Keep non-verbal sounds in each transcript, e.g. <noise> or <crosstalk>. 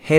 Hey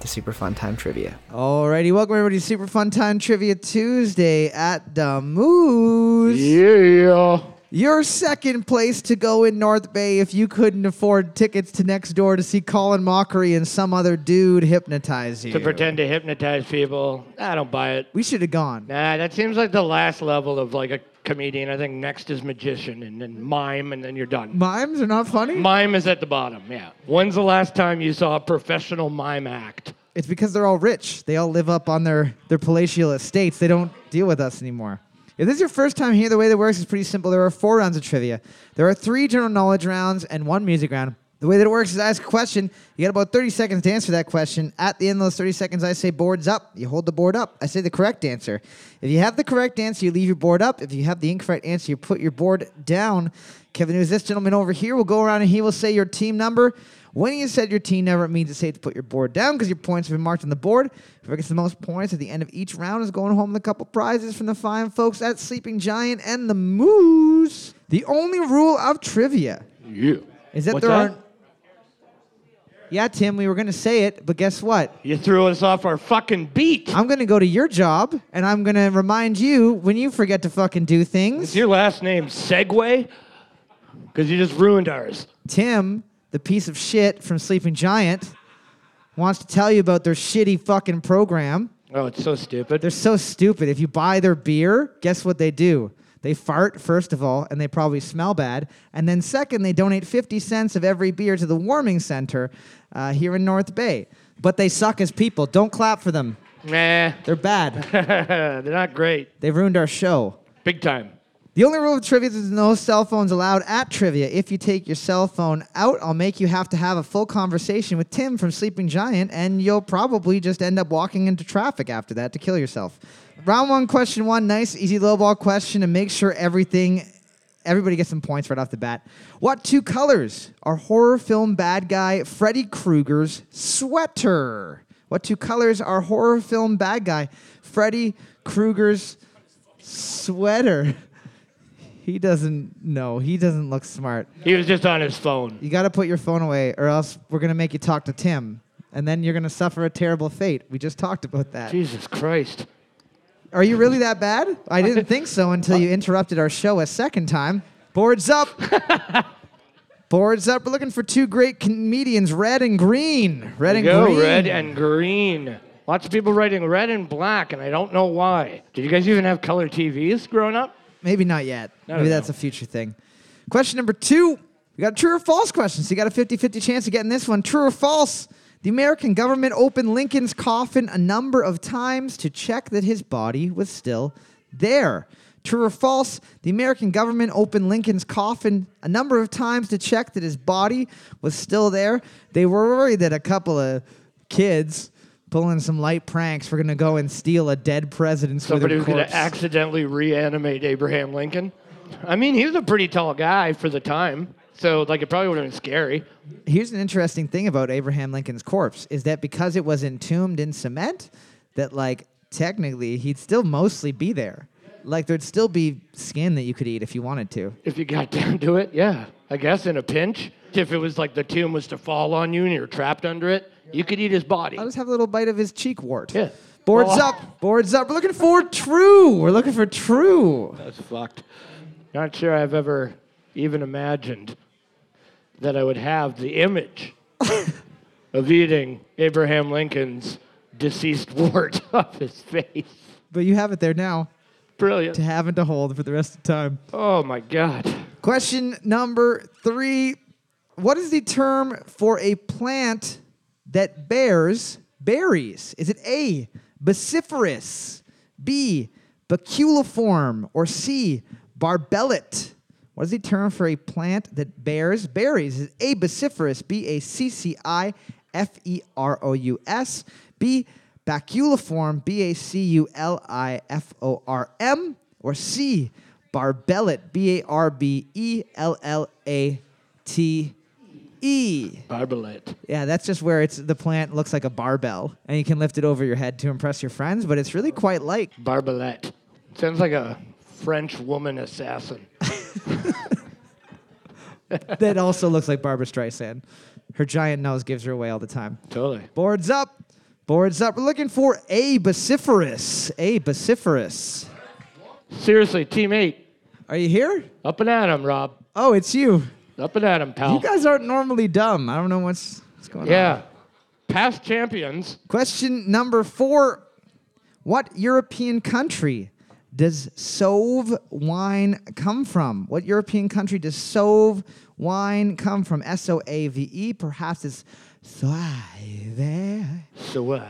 to Super Fun Time Trivia. Alrighty, welcome everybody to Super Fun Time Trivia Tuesday at the Moose. Yeah. Your second place to go in North Bay if you couldn't afford tickets to next door to see Colin Mockery and some other dude hypnotize you. To pretend to hypnotize people, I don't buy it. We should have gone. Nah, that seems like the last level of like a comedian. I think next is magician and then mime and then you're done. Mimes are not funny? Mime is at the bottom, yeah. When's the last time you saw a professional mime act? It's because they're all rich. They all live up on their, their palatial estates. They don't deal with us anymore. If this is your first time here, the way that works is pretty simple. There are four rounds of trivia. There are three general knowledge rounds and one music round. The way that it works is I ask a question. You got about 30 seconds to answer that question. At the end of those 30 seconds, I say boards up. You hold the board up. I say the correct answer. If you have the correct answer, you leave your board up. If you have the incorrect answer, you put your board down. Kevin, who's this gentleman over here, will go around and he will say your team number. When you said your team number, it means it's safe to put your board down because your points have been marked on the board. Whoever gets the most points at the end of each round is going home with a couple prizes from the fine folks at Sleeping Giant and the Moose. The only rule of trivia Yeah. is that What's there that? aren't. Yeah, Tim, we were going to say it, but guess what? You threw us off our fucking beat. I'm going to go to your job and I'm going to remind you when you forget to fucking do Is things. your last name Segway? Because you just ruined ours. Tim, the piece of shit from Sleeping Giant, wants to tell you about their shitty fucking program. Oh, it's so stupid. They're so stupid. If you buy their beer, guess what they do? They fart, first of all, and they probably smell bad. And then, second, they donate 50 cents of every beer to the warming center uh, here in North Bay. But they suck as people. Don't clap for them. Nah, <laughs> They're bad. they're not great. They've ruined our show. Big time. The only rule of trivia is no cell phones allowed at trivia. If you take your cell phone out, I'll make you have to have a full conversation with Tim from Sleeping Giant, and you'll probably just end up walking into traffic after that to kill yourself. Round one, question one, nice, easy low ball question, and make sure everything, everybody gets some points right off the bat. What two colors are horror film bad guy Freddy Krueger's sweater? What two colors are horror film bad guy Freddy Krueger's sweater? He doesn't know. He doesn't look smart. He was just on his phone. You got to put your phone away, or else we're going to make you talk to Tim. And then you're going to suffer a terrible fate. We just talked about that. Jesus Christ. Are you really that bad? I didn't think so until <laughs> you interrupted our show a second time. Boards up. Boards up. We're looking for two great comedians, red and green. Red and Go green. red and green. Lots of people writing red and black, and I don't know why. Did you guys even have color TVs growing up? Maybe not yet. I don't Maybe that's know. a future thing. Question number two. We got a true or false question. So you got a 50 50 chance of getting this one. True or false? The American government opened Lincoln's coffin a number of times to check that his body was still there. True or false? The American government opened Lincoln's coffin a number of times to check that his body was still there. They were worried that a couple of kids pulling some light pranks were going to go and steal a dead president's withered Somebody who's going corpse. to accidentally reanimate Abraham Lincoln. I mean, he was a pretty tall guy for the time, so like it probably would have been scary. here's an interesting thing about Abraham Lincoln's corpse is that because it was entombed in cement, that like technically he'd still mostly be there. Like there'd still be skin that you could eat if you wanted to. If you got <laughs> down to it, yeah, I guess in a pinch. If it was like the tomb was to fall on you and you're trapped under it, you could eat his body. I'll just have a little bite of his cheek wart. Yeah. Boards Well, up, boards up. We're looking for true. We're looking for true. That's fucked. Not sure I've ever even imagined that I would have the <laughs> image of eating Abraham Lincoln's deceased wart <laughs> off his face. But you have it there now Brilliant. to have and to hold for the rest of time. Oh my God. Question number three. What is the term for a plant that bears berries? Is it A, baciferous, B, baculiform, or C, barbellate? What is the term for a plant that bears berries? Is it A, baciferous, B, A, C, C, I, F, E, R, O, U, S, B, baculiform, B, A, C, U, L, I, F, O, R, M, or C, Barbellet, B A R B E L L A T E. Barbalet. Yeah, that's just where it's the plant looks like a barbell, and you can lift it over your head to impress your friends. But it's really quite light. <laughs> Barbalet. Sounds like a French woman assassin. that also looks like Barbara Streisand. Her giant nose gives her away all the time. <laughs> Totally. Boards up. Boards up. We're looking for a basiferous. A basiferous. Seriously, team eight. Are you here? Up and at 'em, Rob. Oh, it's you. Up and at 'em, pal. You guys aren't normally dumb. I don't know what's, what's going on. yeah. Past champions. Question number four What European country does Sauve wine come from? What European country does Sauve wine come from? S O A V E. Perhaps it's Suave. Suave.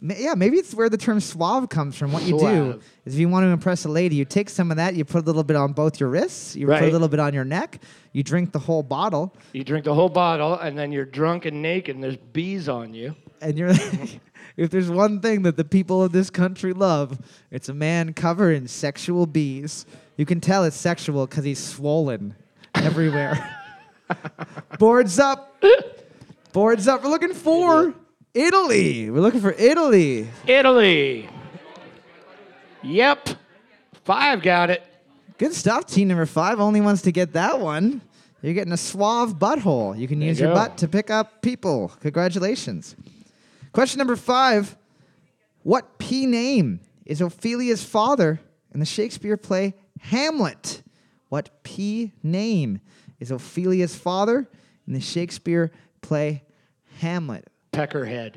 Ma- Yeah, maybe it's where the term suave comes from. What you do Suave. is if you want to impress a lady, you take some of that, you put a little bit on both your wrists, you put a Right. little bit on your neck, you drink the whole bottle, You drink the whole bottle and then you're drunk and naked and there's bees on you. and you're <laughs> like, if there's one thing that the people of this country love, it's a man covered in sexual bees. You can tell it's sexual because he's swollen everywhere. <laughs> Boards up. Boards up. We're looking for Italy. We're looking for Italy. Italy. Yep. Five got it. Good stuff, team number five. Only wants to get that one. You're getting a suave butthole. You can use you your go. butt to pick up people. Congratulations. Question number five What P name is Ophelia's father in the Shakespeare play Hamlet? What P name is Ophelia's father in the Shakespeare play Hamlet? <laughs> Peckerhead.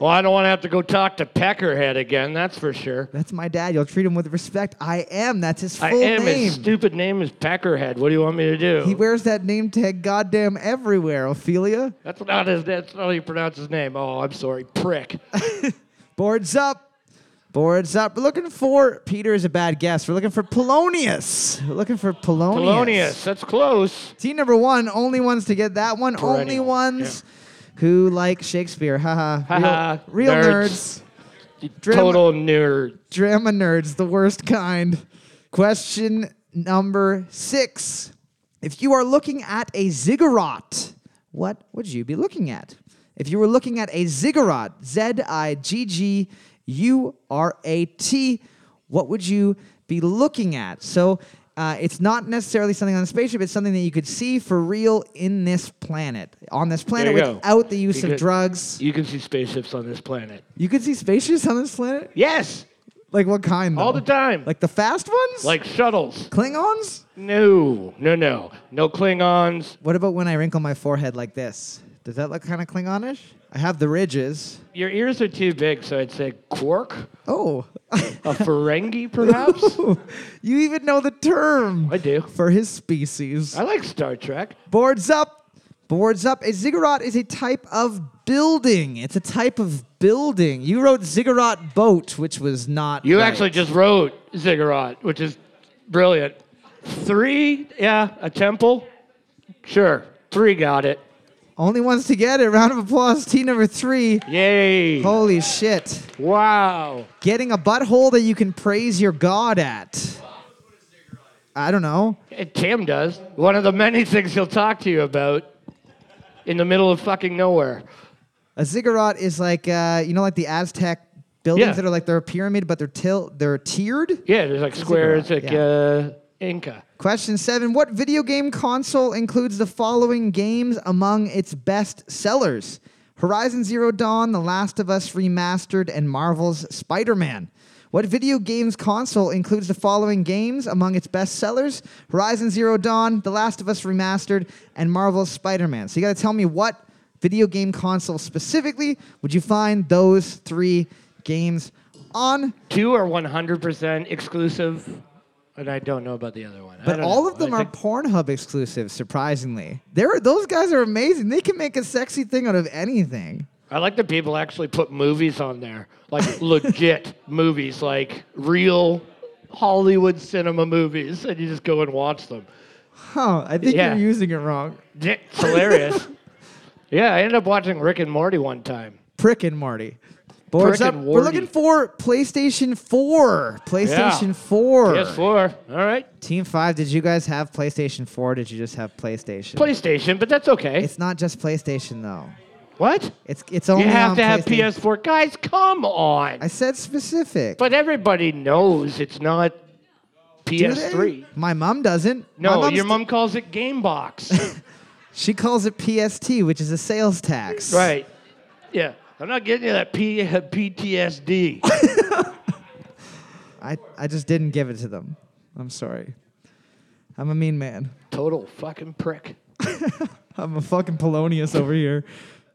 well, I don't want to have to go talk to Peckerhead again, that's for sure. That's my dad. You'll treat him with respect. I am. That's his full I am. His name. stupid name is Peckerhead. What do you want me to do? He wears that name tag goddamn everywhere, Ophelia. that's not his. That's not how you pronounce his name. Oh, I'm sorry, prick. Oh, Boards up. Boards up. We're looking for Peter is a bad guess. We're looking for Polonius. We're looking for Polonius. Polonius. That's close. Team number one, only ones to get that one. Perennial, Only ones who like Shakespeare. Haha. Haha, Real, real nerds. nerds. Dram- Total nerd. Drama nerds, the worst kind. Question number six. If you are looking at a ziggurat, what would you be looking at? If you were looking at a ziggurat, Z I G G U R A T, what would you be looking at? So uh, it's not necessarily something on a spaceship, it's something that you could see for real in this planet, on this planet you go. without the use You of could- drugs. You can see spaceships on this planet. You could see spaceships on this planet? Yes, Like what kind? all though? the time. Like, Like the fast ones? shuttles. Klingons? No, no, no, no Klingons. What about when I wrinkle my forehead like this? Does that look kind of Klingonish? I have the ridges. Your ears are too big, so I'd say quark, Oh, <laughs> a Ferengi, perhaps. you even know the term I do. for his species. I like Star Trek. Boards up. Boards up. A ziggurat is a type of building. It's a type of building. You wrote ziggurat boat, which was not. You right. actually just wrote ziggurat, which is brilliant. Three, yeah, a temple. Sure, three got it. only wants to get it. Round of applause. Team number three. Yay! Holy shit! Wow. Getting a butthole that you can praise your god at. I don't know. Eh, Tim does. One of the many things he'll talk to you about in the middle of fucking nowhere. A ziggurat is like uh, you know, like the Aztec buildings Yeah. that are like they're a pyramid, but they're til- they're tiered. Yeah, there's like squares, like yeah. uh, Inca. Question seven: What video game console includes the following games among its best sellers? Horizon Zero Dawn, The Last of Us Remastered, and Marvel's Spider-Man. What video games console includes the following games among its best sellers? Horizon Zero Dawn, The Last of Us Remastered, and Marvel's Spider-Man. So you got to tell me what video game console specifically would you find those three games on? Two are 100% exclusive, and I don't know about the other one. I But don't all know. of them I are think- Pornhub exclusives, surprisingly. They're, those guys are amazing. They can make a sexy thing out of anything. I like that people actually put movies on there, like <laughs> legit movies, like real Hollywood cinema movies, and you just go and watch them. Huh, I think Yeah. you're using it wrong. Yeah, It's <laughs> hilarious. yeah, I ended up watching Rick and Morty one time. Prick and Marty. Boards Brick up. and We're warty. looking for PlayStation 4. PlayStation 4. PS4. All right. Team 5, did you guys have PlayStation 4? Did you just have PlayStation? PlayStation, but that's okay. it's not just PlayStation though. what? It's it's only You have on to have PlayStation. PS4. Guys, come on. I said specific. But everybody knows it's not Do PS3. they? My mom doesn't. My No, mom's your t- mom calls it Game <laughs> Box. She calls it PST, which is a sales tax. right. Yeah. I'm not getting you that P- <laughs> PTSD. I, I just didn't give it to them. I'm sorry. I'm a mean man. <laughs> Total fucking prick. I'm a fucking Polonius over here.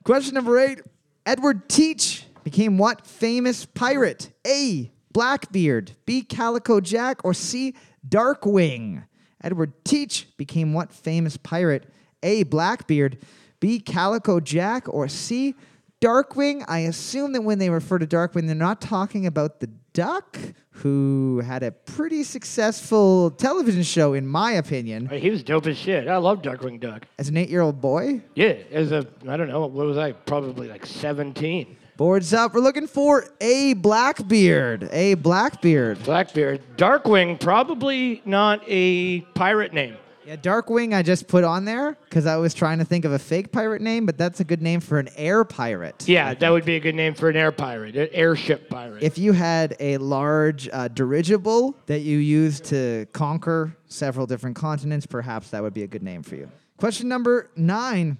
Question number eight Edward Teach became what famous pirate? A. Blackbeard. B. Calico Jack. Or C. Darkwing. Edward Teach became what famous pirate? A. Blackbeard. B. Calico Jack. Or C. Darkwing. I assume that when they refer to Darkwing, they're not talking about the duck, who had a pretty successful television show, in my opinion, Hey, He was dope as shit. I love Darkwing Duck. as an eight year old boy. Yeah, as a, I don't know, what was I? Probably like 17. Boards up. We're looking for a Blackbeard. A Blackbeard. Blackbeard. Darkwing, probably not a pirate name. Yeah, Darkwing I just put on there because I was trying to think of a fake pirate name, but that's a good name for an air pirate. Yeah, that would be a good name for an air pirate, an airship pirate. If you had a large uh, dirigible that you used to conquer several different continents, perhaps that would be a good name for you. Question number nine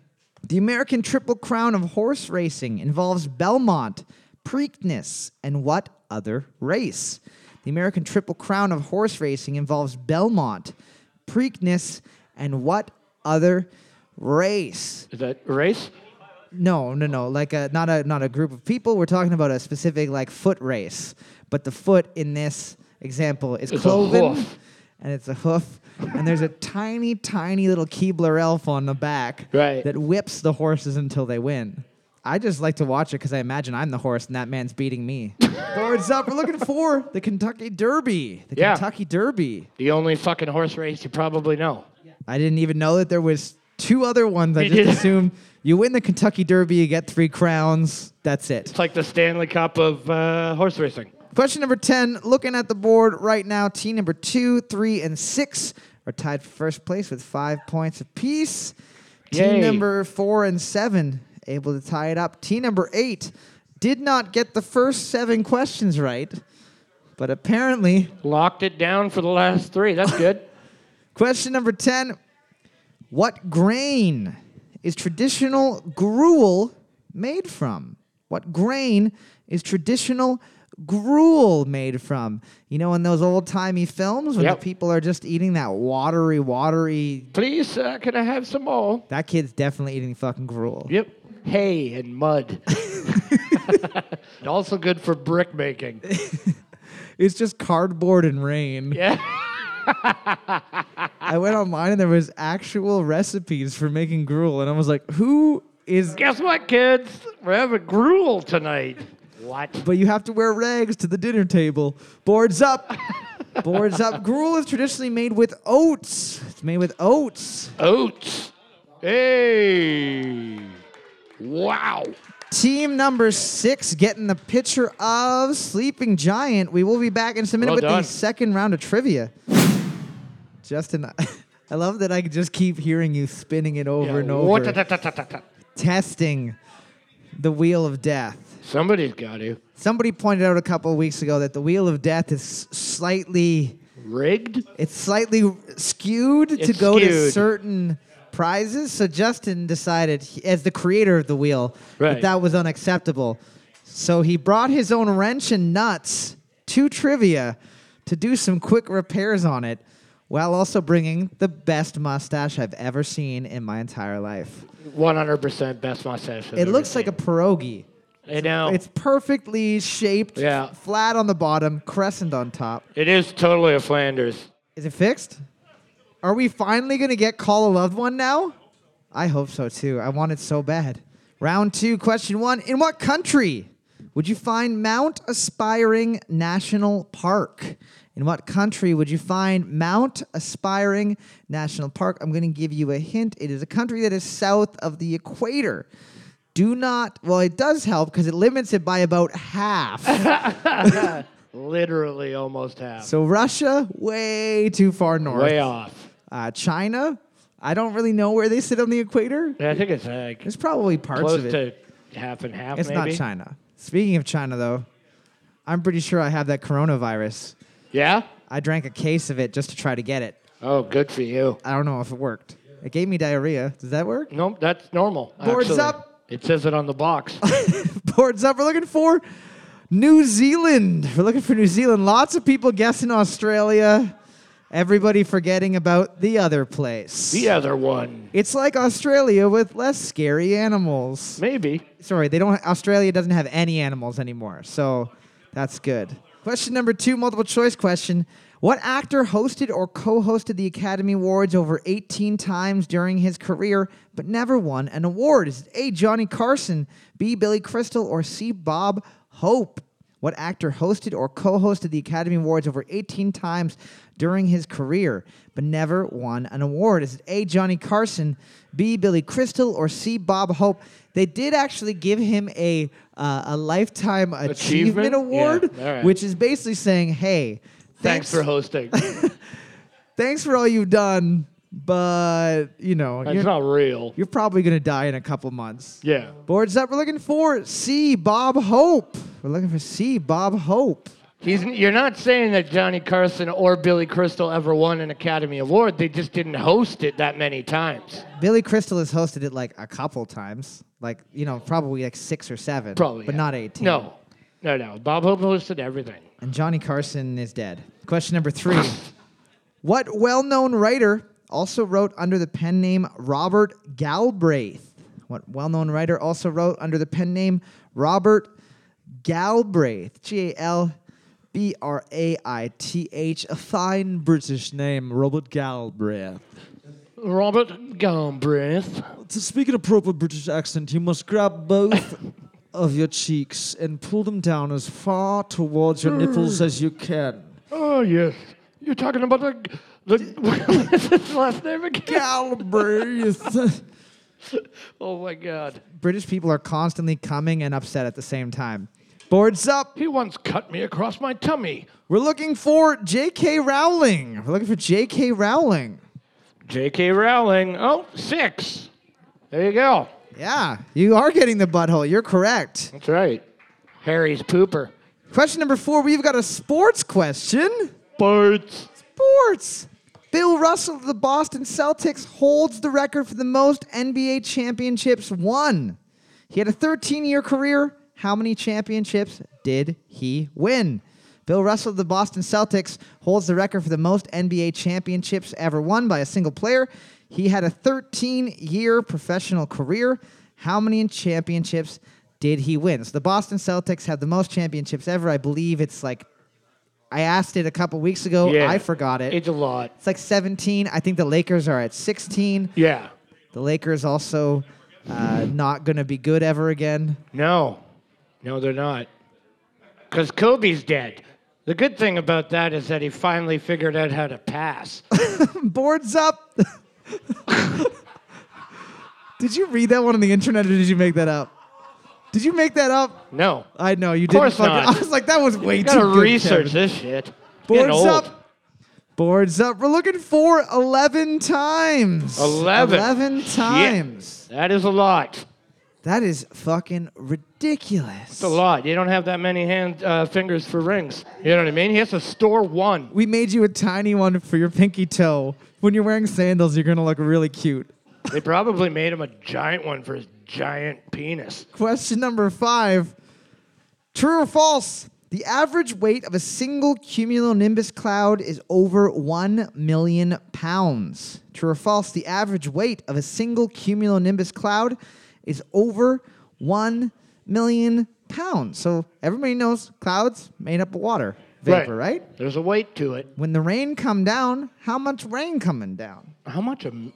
The American Triple Crown of Horse Racing involves Belmont, Preakness, and what other race? The American Triple Crown of Horse Racing involves Belmont, Preakness, and what other race? Is that race? No, no, no. Like a, not a not a group of people. We're talking about a specific like foot race. But the foot in this example is It's a cloven, hoof. and it's a hoof, and there's a tiny, tiny little Keebler elf on the back Right. that whips the horses until they win. I just like to watch it because I imagine I'm the horse and that man's <laughs> beating me. Boards up. We're looking for the Kentucky Derby. The Yeah. Kentucky Derby. The only fucking horse race you probably know. I didn't even know that there was two other ones. I You just didn't? assumed you win the Kentucky Derby, you get three crowns. That's it. It's like the Stanley Cup of uh, horse racing. Question number 10. Looking at the board right now, team number two, three, and six are tied for first place with five points apiece. Team Yay. number four and seven able to tie it up. Team number eight did not get the first seven questions right, but apparently Locked it down for the last three. That's good. Question number 10 What grain is traditional gruel made from? What grain is traditional gruel made from? You know, in those old timey films when Yep. the people are just eating that watery, watery. Please, uh, can I have some more? That kid's definitely eating fucking gruel. Yep. Hay and <laughs> mud. And also good for brick making. It's just cardboard and rain. Yeah. <laughs> I went online and there was actual recipes for making gruel, and I was like, who is Guess what, kids? We're having gruel tonight. What? but you have to wear rags to the dinner table. <laughs> Boards up. Boards up. Gruel is traditionally made with oats. It's made with oats. Oats. Hey. Wow. Team number six getting the picture of Sleeping Giant. We will be back in just a minute Well with the done. second round of trivia. Justin, I love that I can just keep hearing you spinning it over and over. Wa-ta-ta-ta-ta-ta. Testing the wheel of death. Somebody's got to. Somebody pointed out a couple of weeks ago that the wheel of death is slightly Rigged? It's slightly skewed to It's go to skewed. certain prizes. So Justin decided, he- as the creator of the wheel, that Right. that was unacceptable. So he brought his own wrench and nuts to trivia to do some quick repairs on it, while also bringing the best mustache I've ever seen in my entire life. 100% best mustache. I've It ever looks like a seen. pierogi. I know. It's perfectly shaped, Oh. Yeah. flat on the bottom, crescent on top. It is totally a Flanders. Is it fixed? Are we finally gonna get call a loved one now? I hope so too. I want it so bad. Round two, question one. In what country would you find Mount Aspiring National Park? In what country would you find Mount Aspiring National Park? I'm gonna give you a hint. It is a country that is south of the equator. do not. Well, it does help because it limits it by about half. Literally almost half. so Russia, way too far north. Way off. Uh, China, I don't really know where they sit on the equator. Yeah, I think it's like There's probably parts close of it. to half and half. it's maybe. not China. Speaking of China, though, I'm pretty sure I have that coronavirus. Yeah. I drank a case of it just to try to get it. Oh, good for you. I don't know if it worked. It gave me diarrhea. Does that work? <laughs> Nope, that's normal. Boards actually. up. It says it on the <laughs> box. Boards up. We're looking for New Zealand. We're looking for New Zealand. Lots of people guessing Australia. Everybody forgetting about the other place. the uh, other one, It's like Australia with less scary animals. maybe. Sorry, they don't. Australia doesn't have any animals anymore, so that's good. Question number two, multiple choice question. What actor hosted or co-hosted the Academy Awards over 18 times during his career but never won an award? Is it A. Johnny Carson, B. Billy Crystal, or C. Bob Hope? What actor hosted or co-hosted the Academy Awards over 18 times during his career but never won an award? Is it A. Johnny Carson, B. Billy Crystal, or C. Bob Hope? They did actually give him a uh, a lifetime achievement, Achievement? award, Yeah, all right. which is basically saying, "Hey, Thanks, for <laughs> hosting. That's thanks for all you've done, but you know you're, not real. you're probably gonna die in a couple months." Yeah. Boards up. We're looking for C. Bob Hope. We're looking for C. Bob Hope. He's, you're not saying that Johnny Carson or Billy Crystal ever won an Academy Award. They just didn't host it that many times. Billy Crystal has hosted it like a couple times, like you know, probably like six or seven, Probably. but yeah. not 18. No. No, no. Bob Hope hosted everything. And Johnny Carson is dead. Question number three. what well known writer also wrote under the pen name Robert Galbraith? What well known writer also wrote under the pen name Robert Galbraith? G A L B R A I T H. A fine British name, Robert Galbraith. Robert Gombrith. To speak in a proper British accent, you must grab both of your cheeks and pull them down as far towards your nipples as you can. Oh, yes. You're talking about the. the <laughs> what is his last name again? Galbraith. Oh, my God. <laughs> British people are constantly coming and upset at the same time. Boards up. He once cut me across my tummy. We're looking for J.K. Rowling. We're looking for J.K. Rowling. J.K. Rowling. Oh, six. There you go. Yeah, you are getting the butthole. You're correct. That's right. Harry's pooper. Question number four. We've got a sports question. Birds. Sports. Bill Russell of the Boston Celtics holds the record for the most NBA championships won. He had a 13 year career. How many championships did he win? Bill Russell of the Boston Celtics holds the record for the most NBA championships ever won by a single player. He had a 13 year professional career. How many championships did he win? So the Boston Celtics have the most championships ever. I believe it's like, I asked it a couple weeks ago. Oh, Yeah. I forgot it. It's a lot. It's like 17. I think the Lakers are at 16. Yeah. The Lakers also uh, not going to be good ever again. No. No, they're not. Because Kobe's dead. The good thing about that is that he finally figured out how to <laughs> pass. Boards up. <laughs> did you read that one on the internet or did you make that up? Did you make that up? No. I know you course didn't. fucking- not. <laughs> I was like, that was way You too gotta good, research Kevin. this shit. It's getting Boards old. up. Boards up. We're looking for 11 times. 11. 11 Shit. times. That is a lot. That is fucking ridiculous. It's a lot. You don't have that many hand uh, fingers for rings. You know what I mean? He has to store one. We made you a tiny one for your pinky toe. When you're wearing sandals, you're gonna look really cute. They probably made him a giant one for his giant penis. Question number five True or false? The average weight of a single cumulonimbus cloud is over 1 million pounds. True or false? The average weight of a single cumulonimbus cloud is over 1 million pounds. So everybody knows clouds made up of water vapor, right? There's a weight to it. When the rain come down, how much rain coming down? How much? A, m-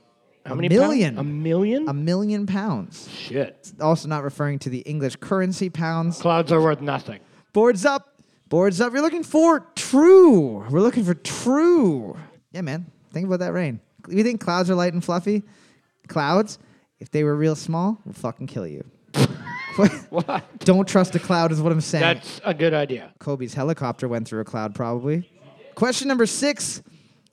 how A many? pounds? million. A million? A million pounds. Shit. also not referring to the English currency pounds. Clouds are worth nothing. Boards up, boards up. You're looking for true. We're looking for true. Yeah, man. Think about that rain. You think clouds are light and fluffy? Clouds, if they were real small, would fucking kill you. <laughs> What? Don't trust a cloud is what I'm saying. That's a good idea. Kobe's helicopter went through a cloud, probably. Question number six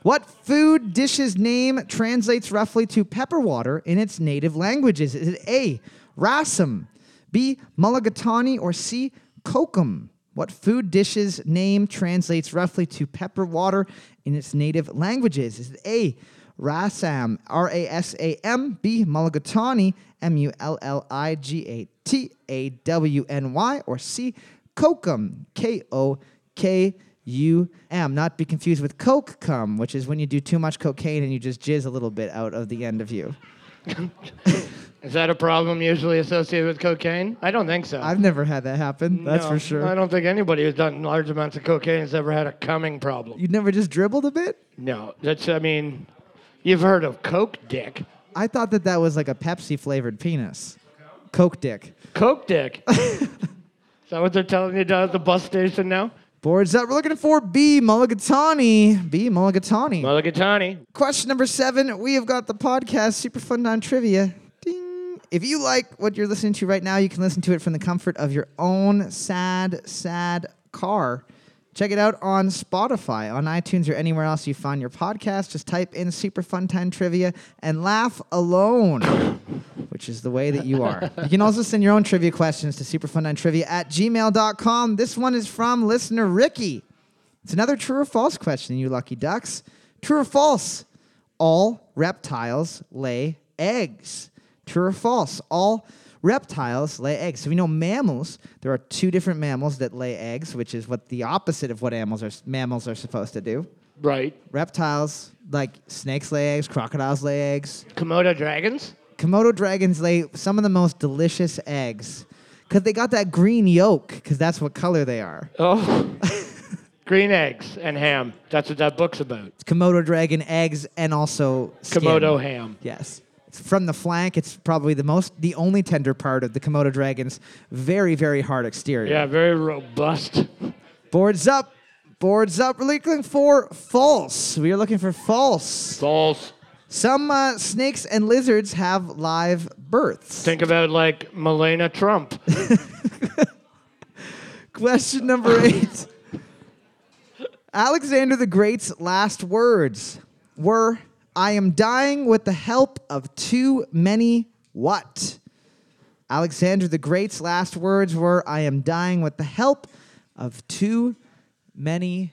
What food dish's name translates roughly to pepper water in its native languages? Is it A, rasam, B, mulligatawny, or C, kokum? What food dish's name translates roughly to pepper water in its native languages? Is it A, rasam, R A S A M, B, mulligatawny, M U L L I G A T A W N Y, or C, kokum, K O K U M. Not be confused with coke cum, which is when you do too much cocaine and you just jizz a little bit out of the end of you. Is that a problem usually associated with cocaine? I don't think so. I've never had that happen, that's No, for sure. I don't think anybody who's done large amounts of cocaine has ever had a coming problem. you never just dribbled a bit? No, that's, I mean, you've heard of Coke Dick. I thought that that was like a Pepsi flavored penis. Coke dick. Coke <laughs> Dick. Is that what they're telling you down at the bus station now? Boards up. We're looking for B. Mulligatawny. B. Mulligatawny. Mulligatawny. Question number seven. We have got the podcast Super Fun Time Trivia. Ding. If you like what you're listening to right now, you can listen to it from the comfort of your own sad, sad car. Check it out on Spotify, on iTunes, or anywhere else you find your podcast. Just type in Super Fun Time Trivia and laugh alone, which is the way that you are. you can also send your own trivia questions to superfuntimetrivia at gmail.com. This one is from listener Ricky. It's another true or false question, you lucky ducks. True or false? All reptiles lay eggs. True or false? All reptiles lay eggs. So we know mammals, there are two different mammals that lay eggs, which is what the opposite of what mammals are mammals are supposed to do. Right. Reptiles like snakes lay eggs, crocodiles lay eggs. Komodo dragons? Komodo dragons lay some of the most delicious eggs cuz they got that green yolk cuz that's what color they are. Oh. <laughs> Green eggs and ham. That's what that book's about. It's Komodo dragon eggs and also skin. Komodo ham. Yes. It's From the flank, it's probably the most, the only tender part of the Komodo dragon's very, very hard exterior. Yeah, very robust. Boards up. Boards up. We're looking for false. We are looking for false. False. Some uh, snakes and lizards have live births. Think about like Melania Trump. <laughs> Question number eight. Alexander the Great's last words were I am dying with the help of too many what? Alexander the Great's last words were I am dying with the help of too many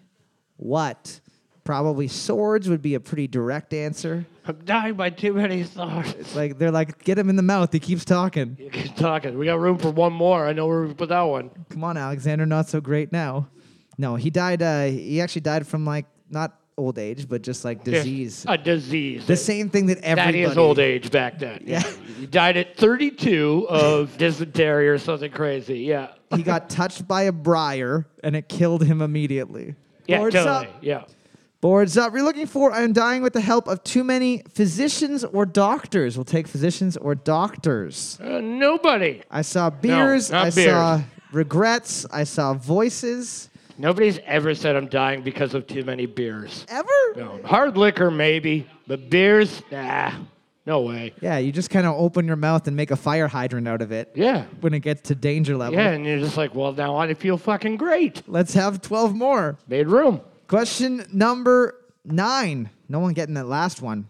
what? Probably swords would be a pretty direct answer. I'm dying by too many thoughts. Like they're like, get him in the mouth. He keeps talking. You keep talking. We got room for one more. I know where we put that one. come on, Alexander, not so great now. No, he died. Uh, he actually died from like not old age, but just like Yeah, disease. A disease. the same thing that that everybody. is old age back then. Yeah. He died at 32 of <laughs> dysentery or something crazy. Yeah. he got touched by a briar and it killed him immediately. Yeah, Boards totally. up. Yeah. Boards up. We're looking for I'm dying with the help of too many physicians or doctors. We'll take physicians or doctors. Uh, nobody. I saw beers. not I beers. saw regrets. I saw voices. Nobody's ever said I'm dying because of too many beers. Ever? No. Hard liquor, maybe, but beers, nah. No way. Yeah, you just kind of open your mouth and make a fire hydrant out of it Yeah. when it gets to danger level. Yeah, and you're just like, well, now I feel fucking great. Let's have 12 more. Made room. Question number nine. No one getting that last one.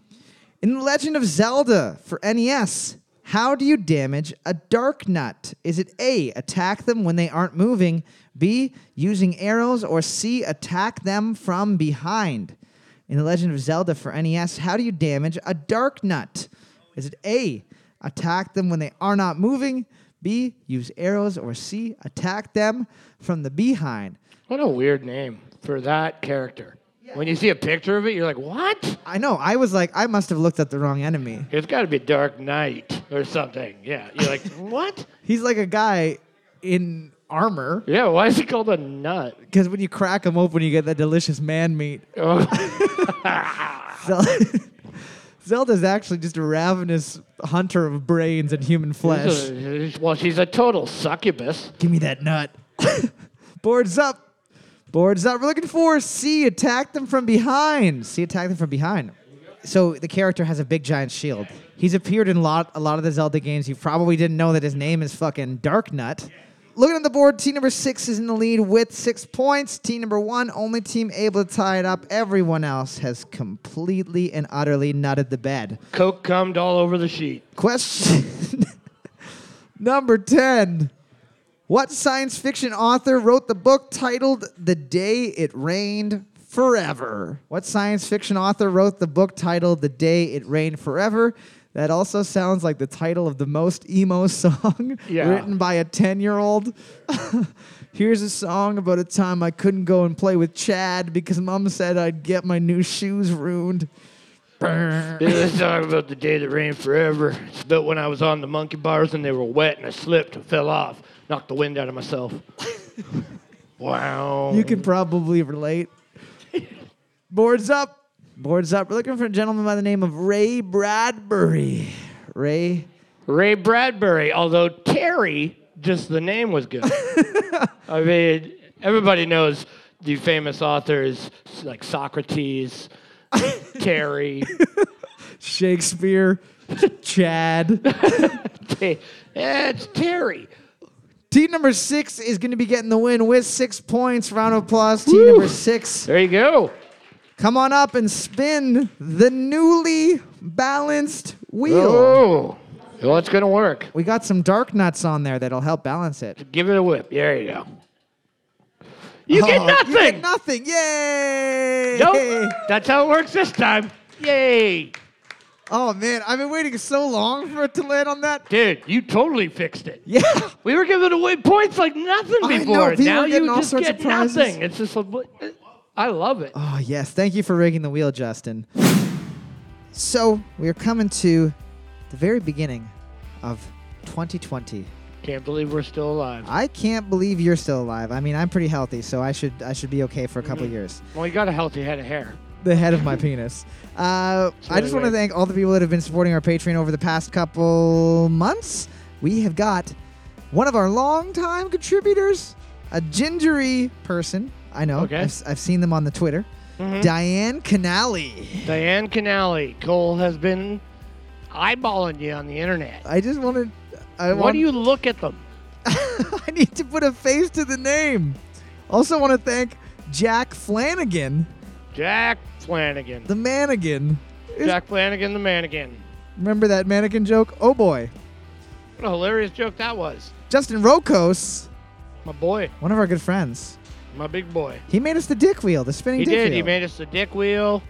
In The Legend of Zelda for NES, how do you damage a dark nut? Is it A, attack them when they aren't moving, B, using arrows, or C, attack them from behind? In The Legend of Zelda for NES, how do you damage a dark nut? Is it A, attack them when they are not moving, B, use arrows, or C, attack them from the behind? What a weird name for that character. When you see a picture of it, you're like, what? I know. I was like, I must have looked at the wrong enemy. It's got to be Dark Knight or something. Yeah. You're like, <laughs> what? He's like a guy in armor Yeah, why is he called a nut? <laughs> because when you crack him open, you get that delicious man meat. Oh, Zel- <laughs> Zelda's actually just a ravenous hunter of brains and human flesh. well, she's a total succubus. Give me that nut. <laughs> Boards up. Boards up. We're looking for C. Attack them from behind. C. Attack them from behind. so the character has a big giant shield. He's appeared in lot, a lot of the Zelda games. You probably didn't know that his name is fucking Dark Nut. Looking at the board, team number six is in the lead with six points. Team number one, only team able to tie it up. Everyone else has completely and utterly nutted the bed. Coke cummed all over the sheet. Question <laughs> number 10. What science fiction author wrote the book titled The Day It Rained Forever? What science fiction author wrote the book titled The Day It Rained Forever? That also sounds like the title of the most emo <laughs> song Yeah. written by a 10 year old. <laughs> Here's a song about a time I couldn't go and play with Chad because mom said I'd get my new shoes ruined. Brr. Let's talk about the day that rained forever. It's about when I was on the monkey bars and they were wet and I slipped and fell off. Knocked the wind out of myself. wow. You can probably relate. Boards up. Boards up. We're looking for a gentleman by the name of Ray Bradbury. Ray. Ray Bradbury, although Terry, just the name was good. I mean, everybody knows the famous authors like Socrates, Terry. Shakespeare. Chad. Hey, eh, it's Terry. Team number six is going to be getting the win with six points. Round of applause. Team number six. There you go. Come on up and spin the newly balanced wheel. Oh, well, it's going to work. We got some dark nuts on there that'll help balance it. Give it a whip. There you go. You Oh, get nothing. You get nothing. Yay! Nope. That's how it works this time. Yay. Oh man, I've been waiting so long for it to land on that. Dude, you totally fixed it. Yeah. We were giving away points like nothing I know, before. people now are getting you all just sorts get of prizes. nothing. It's just a, I love it. Oh yes, thank you for rigging the wheel, Justin. So we are coming to the very beginning of 2020. Can't believe we're still alive. I can't believe you're still alive. I mean, I'm pretty healthy, so I should I should be okay for a couple years. Well, you got a healthy head of hair. the head of my penis. Uh, I just want to anyway. thank all the people that have been supporting our Patreon over the past couple months. We have got one of our longtime contributors, a gingery person. I know. Okay. Mm-hmm. I've, I've seen them on the Twitter. Diane Canali. Diane Canali, Cole has been eyeballing you on the internet. I just wanted. I Why want, do you look at them? <laughs> I need to put a face to the name. Also, want to thank Jack Flanagan, Jack Flanagan. the mannequin. Is- Jack Flanagan, the mannequin. Remember that mannequin joke? Oh boy. What a hilarious joke that was. Justin Rokos, My boy, one of our good friends. my big boy. He made us the dick wheel, the spinning He dick did. wheel. He made us the dick wheel.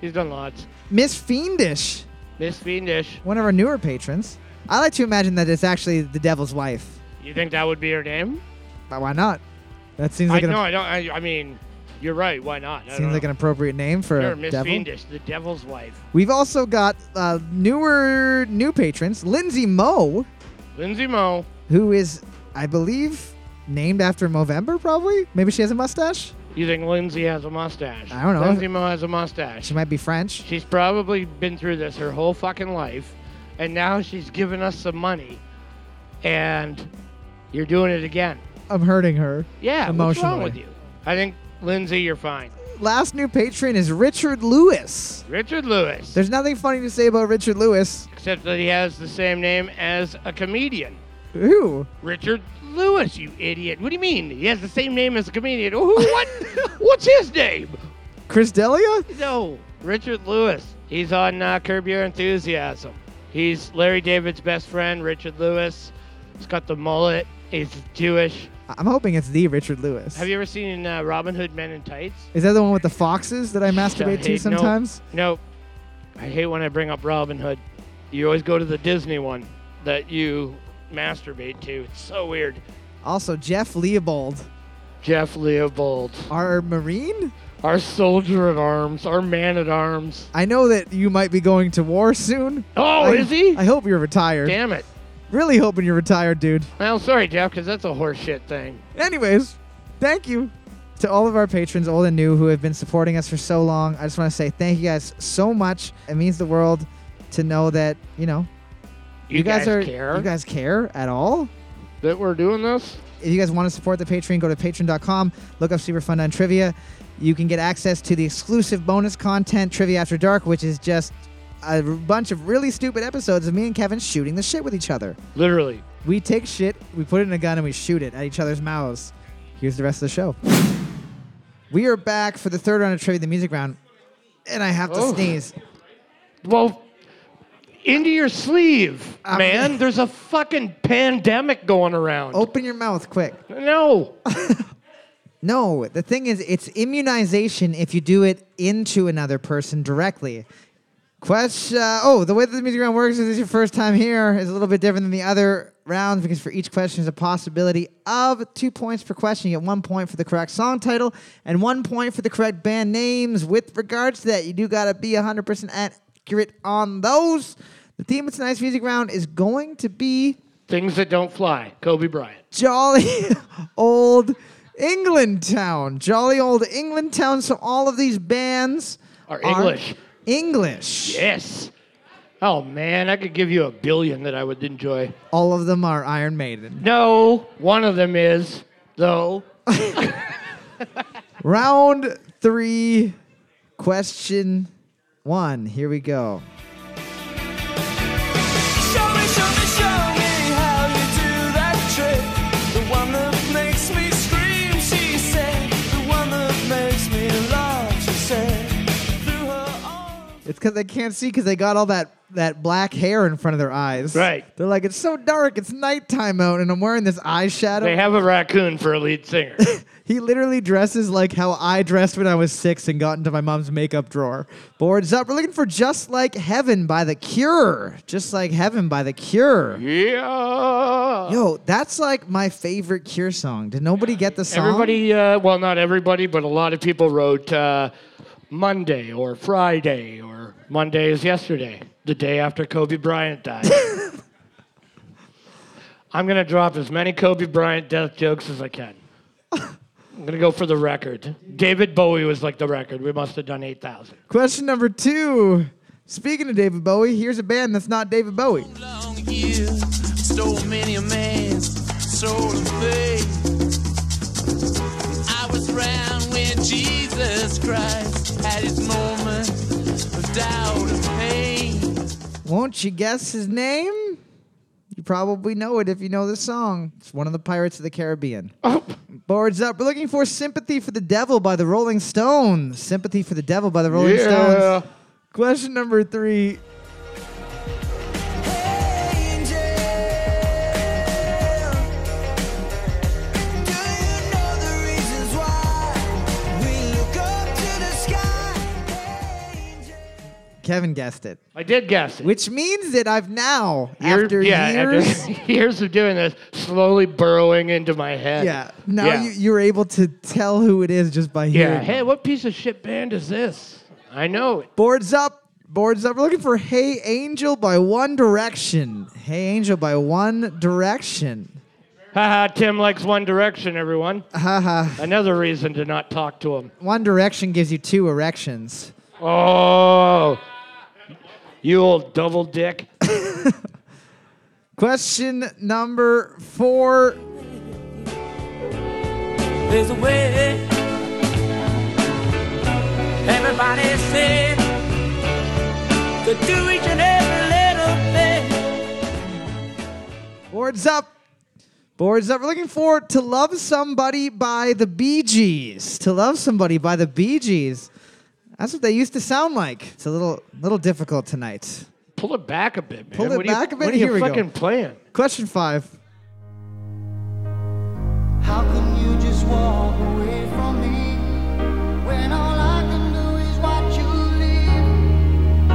He's done lots. Miss Fiendish, Miss Fiendish. one of our newer patrons. I like to imagine that it's actually the devil's wife, You think that would be her name? but why not? That seems I like, an, know. I don't. I, I mean, you're right. Why not? I don't seems like know. an appropriate name for Sure, a Miss devil. Fiendish, the devil's wife. We've also got uh, newer new patrons, Lindsay Moe, Lindsay Moe. who is, I believe, named after Movember. Probably, maybe she has a mustache. You think Lindsay has a mustache? I don't know. Lindsay Moe has a mustache. She might be French. She's probably been through this her whole fucking life, and now she's giving us some money, and you're doing it again. I'm hurting her. Yeah. What's wrong Emotionally. with you? I think Lindsay, you're fine. Last new patron is Richard Lewis. Richard Lewis. There's nothing funny to say about Richard Lewis. except that he has the same name as a comedian. Ooh. Richard Lewis, you idiot. What do you mean? He has the same name as a comedian. Who, <laughs> what? What's his name? Chris Delia? No, Richard Lewis. He's on uh, Curb Your Enthusiasm. He's Larry David's best friend, Richard Lewis. He's got the mullet. He's Jewish. I- I'm hoping it's the Richard Lewis. Have you ever seen uh, Robin Hood Men in Tights? Is that the one with the foxes that I I masturbate hate- to no, sometimes? No, I hate when I bring up Robin Hood. You always go to the Disney one that you masturbate to. It's so weird. Also, Jeff Leobold, Jeff Leopold, our Marine? our soldier at arms, our man at arms. I know that you might be going to war soon. Oh, I- is he? I hope you're retired. Damn it. Really hoping you're retired, dude. Well, sorry, Jeff, because that's a horseshit thing. Anyways, thank you to all of our patrons, old and new, who have been supporting us for so long. I just want to say thank you guys so much. It means the world to know that, you know, You, you, guys, are care you guys care at all. that we're doing this? If you guys want to support the Patreon, go to patreon.com, look up Super Fun on Trivia. You can get access to the exclusive bonus content, Trivia After Dark, which is just a bunch of really stupid episodes of me and Kevin shooting the shit with each other. Literally. We take shit, we put it in a gun, and we shoot it at each other's mouths. Here's the rest of the show. We are back for the third round of trivia, the music round, and I have to Oh. sneeze. Well, into your sleeve, I'm- <laughs> man. There's a fucking pandemic going around. Open your mouth quick. No. No, the thing is, it's immunization if you do it into another person directly. Question. Uh, oh, the way that the music round works is it's your first time here is a little bit different than the other rounds because for each question is a possibility of two points per question. You get one point for the correct song title and one point for the correct band names. With regards to that, you do gotta be 100% accurate on those. The theme of tonight's music round is going to be Things that don't fly. Kobe Bryant. jolly <laughs> old England town. Jolly old England town. So all of these bands Are English. English. Yes. Oh man, I could give you a billion that I would enjoy. All of them are Iron Maiden. No, one of them is though. Round three, question one. Here we go. Show me, show me, show me how you do that trick. The one that makes me scream, she said. The one that makes me laugh, she said. Through her arms. It's because they can't see because they got all that, that black hair in front of their eyes. Right. They're like, it's so dark. It's nighttime out, and I'm wearing this eyeshadow. They have a raccoon for a lead singer. He literally dresses like how I dressed when I was six and got into my mom's makeup drawer. Boards up. We're looking for Just Like Heaven by The Cure. Just Like Heaven by The Cure. yeah. Yo, that's like my favorite Cure song. Did nobody get the song? Everybody, uh, well, not everybody, but a lot of people wrote uh, Monday or Friday or Monday is yesterday, the day after Kobe Bryant died. I'm going to drop as many Kobe Bryant death jokes as I can. I'm going to go for the record. David Bowie was like the record. We must have done 8,000. Question number two. Speaking of David Bowie, here's a band that's not David Bowie. Long years, stole many a man's soul and faith. I was round when Jesus Christ had his moment of doubt and pain. Won't you guess his name? You probably know it if you know this song. It's one of the Pirates of the Caribbean. Oh, Boards up. We're looking for Sympathy for the Devil by the Rolling Stones. Sympathy for the Devil by the Rolling yeah. Stones. Question number three. Kevin guessed it, I did guess it. which means that I've now, Year- after yeah, years, after <laughs> years of doing this, slowly burrowing into my head. <laughs> yeah, now Yeah. You, you're able to tell who it is just by hearing. Yeah. it. Hey, what piece of shit band is this? I know it. Boards up. Boards up. We're looking for Hey Angel by One Direction. Hey Angel by One Direction. Haha, Tim likes One Direction, everyone. Haha. Another reason to not talk to him. One Direction gives you two erections. Oh, you old double dick. Question number four. There's a way. Everybody said to do each and every little thing. Boards up. Boards up. We're looking for To Love Somebody by the Bee Gees. To Love Somebody by the Bee Gees. That's what they used to sound like. It's a little little difficult tonight. Pull it back a bit, man. Pull it What are you- back a bit? What are you Here we go. fucking playing? Question five. How can you just walk away from me when all I can do is watch you leave?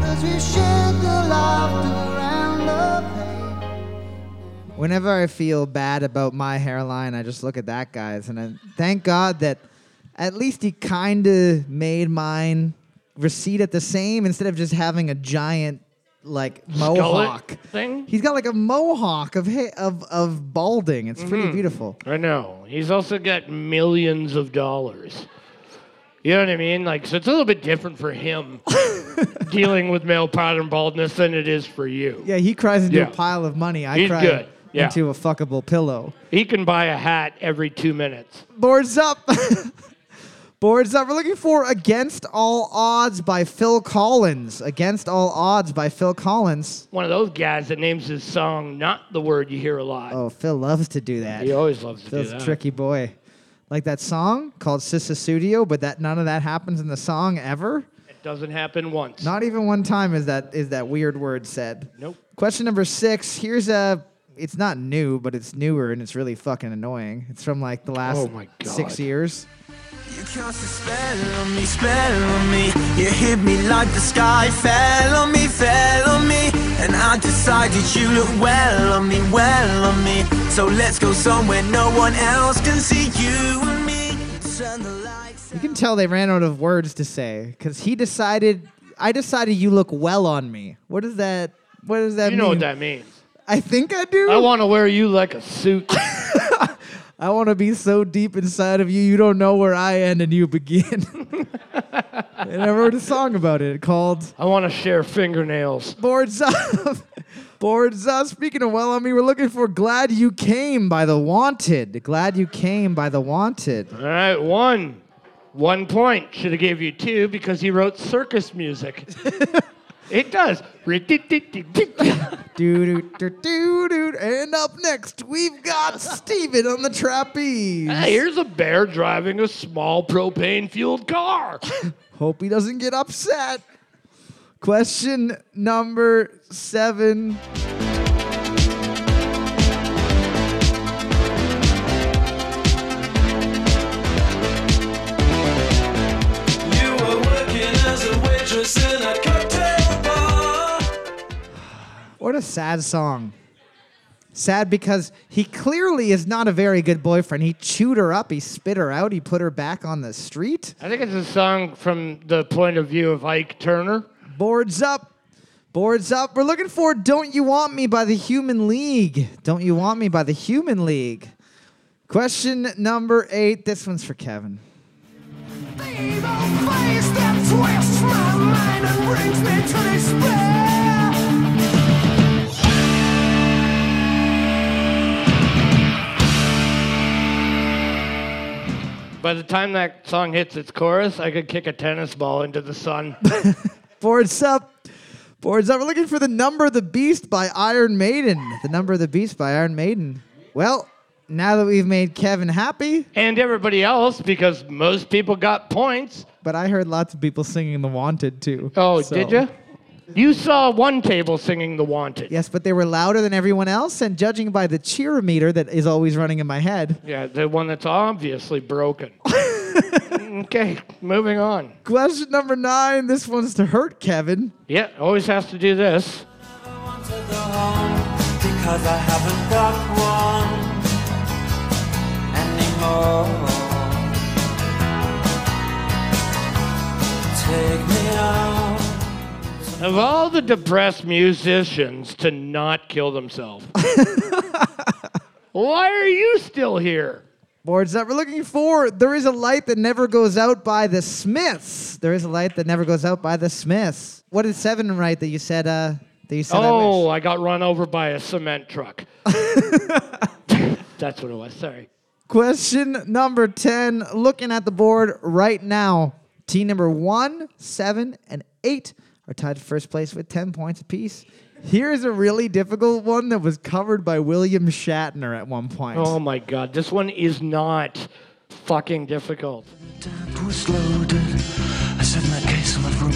Cause we shared the laughter and the pain. Whenever I feel bad about my hairline, I just look at that guy's and I, thank God that at least he kind of made mine recede at the same instead of just having a giant like mohawk. thing? He's got like a mohawk of ha- of of balding. It's Mm-hmm. pretty beautiful. I know. He's also got millions of dollars. You know what I mean? Like, so it's a little bit different for <laughs> him dealing with male pattern baldness than it is for you. Yeah, he cries into Yeah. a pile of money. I He's cry good. Yeah. into a fuckable pillow. He can buy a hat every two minutes. Boards up. <laughs> Boards up. We're looking for Against All Odds by Phil Collins. Against All Odds by Phil Collins. One of those guys that names his song not the word you hear a lot. Oh, Phil loves to do that. He always loves to Phil's do a that. tricky boy. Like that song called Sissa Studio, but that none of that happens in the song ever. It doesn't happen once. Not even one time is that is that weird word said. Nope. Question number six. Here's a. It's not new, but it's newer and it's really fucking annoying. It's from like the last Oh my six God. years. You cast a spell on me, spell on me. You hit me like the sky fell on me, fell on me. And I decided you look well on me, well on me. So let's go somewhere no one else can see you and me. Turn the lights You can tell they ran out of words to say because he decided. I decided you look well on me. What does that? What does that you mean? know what that means. I think I do. I want to wear you like a suit. I want to be so deep inside of you, you don't know where I end and you begin. and I wrote a song about it called I want to share fingernails. Boards Up. <laughs> Boards Up. Speaking of Well On Me, we're looking for Glad You Came by The Wanted. Glad You Came by The Wanted. All right, one. One point. Should have gave you two because he wrote circus <laughs> music. it does. <laughs> Doo doo doo doo doo. And up next, we've got Steven on the trapeze. Hey, here's a bear driving a small propane fueled car. Hope he doesn't get upset. Question number seven. You were working as a waitress in a cocktail bar. What a sad song. Sad because he clearly is not a very good boyfriend. He chewed her up, he spit her out, he put her back on the street. I think it's a song from the point of view of Ike Turner. Boards up. Boards up. We're looking for Don't You Want Me by the Human League. Don't You Want Me by the Human League. Question number eight. This one's for Kevin. Evil face that twists my mind and brings me to despair. By the time that song hits its chorus, I could kick a tennis ball into the sun. <laughs> Boards up. Boards up. We're looking for the number of the beast by Iron Maiden. The number of the beast by Iron Maiden. Well, now that we've made Kevin happy, and everybody else, because most people got points. but I heard lots of people singing The Wanted too. Oh, so- did you? You saw one table singing The Wanted. Yes, but they were louder than everyone else, and judging by the cheer meter that is always running in my head. Yeah, the one that's obviously <laughs> broken. okay, moving on. Question number nine. This one's to hurt Kevin. Yeah, always has to do this. I wanted a home because I haven't got one anymore. Take me out. Of all the depressed musicians to not kill <laughs> themselves, why are you still here? Boards up. We're looking for There Is a Light That Never Goes Out by the Smiths. There is a light that never goes out by the Smiths. What did seven write that you said uh that you said I oh, wish? I got run over by a cement <laughs> truck. That's what it was. Sorry. Question number ten. Looking at the board right now. Team number one, seven, and eight are tied for first place with ten points apiece. Here's a really difficult one that was covered by William Shatner at one point. Oh my God, this one is not fucking difficult. Dad was loaded. I said my case on my room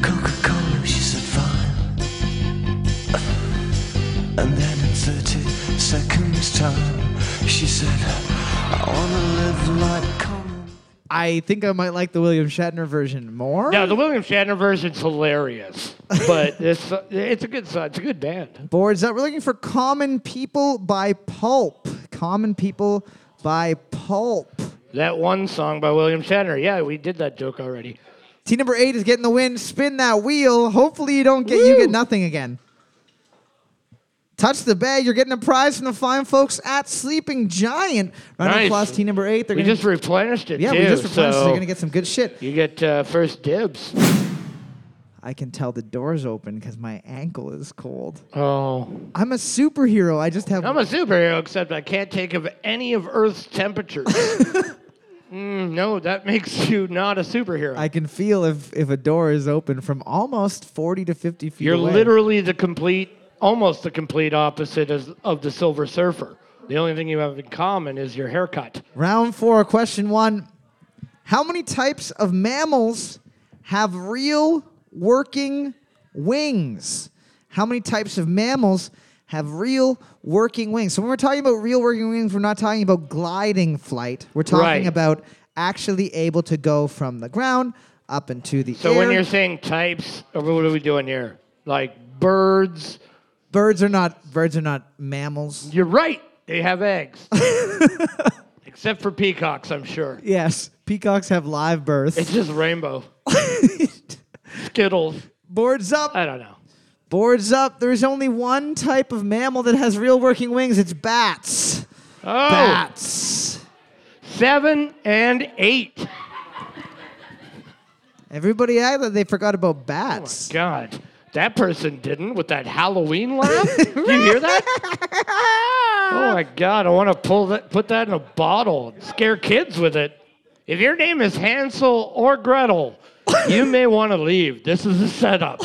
Coca Cola, she said fine. And then in 30 seconds time, she said, I wanna live like common. I think I might like the William Shatner version more. Now the William Shatner version's hilarious, <laughs> but it's it's a good song. It's a good band. Boards up. We're looking for Common People by Pulp. Common People by Pulp. That one song by William Shatner. Yeah, we did that joke already. Team number eight is getting the win. Spin that wheel. Hopefully you don't get you get nothing again. Touch the bag. You're getting a prize from the fine folks at Sleeping Giant. Round of Nice. applause, team number eight. They're We gonna, just replenished it yeah, too. we just replenished. so uh, They're gonna get some good shit. you get uh, first dibs. I can tell the door's open because my ankle is cold. Oh. I'm a superhero. I just have. I'm a superhero, except I can't take of any of Earth's temperatures. Mm, no, that makes you not a superhero. I can feel if, if a door is open from almost 40 to 50 feet You're away. literally the complete, almost the complete opposite as, of the Silver Surfer. The only thing you have in common is your haircut. Round four, question one. How many types of mammals have real working wings? How many types of mammals have real working wings? So when we're talking about real working wings, we're not talking about gliding flight. We're talking Right. about actually able to go from the ground up into the So air. when you're saying types, or what are we doing here? Like birds. birds are not birds are not mammals. You're right. They have eggs. Except for peacocks, I'm sure. Yes, peacocks have live births. It's just rainbow. Skittles. <laughs> Boards up. I don't know. Boards up. There's only one type of mammal that has real working wings. It's bats. Oh, Bats. seven and eight. Everybody acted like they forgot about Oh bats. God, that person didn't with that Halloween laugh. you hear that? Oh my God, I want to pull that, put that in a bottle, and scare kids with it. If your name is Hansel or Gretel, you may want to leave. This is a setup.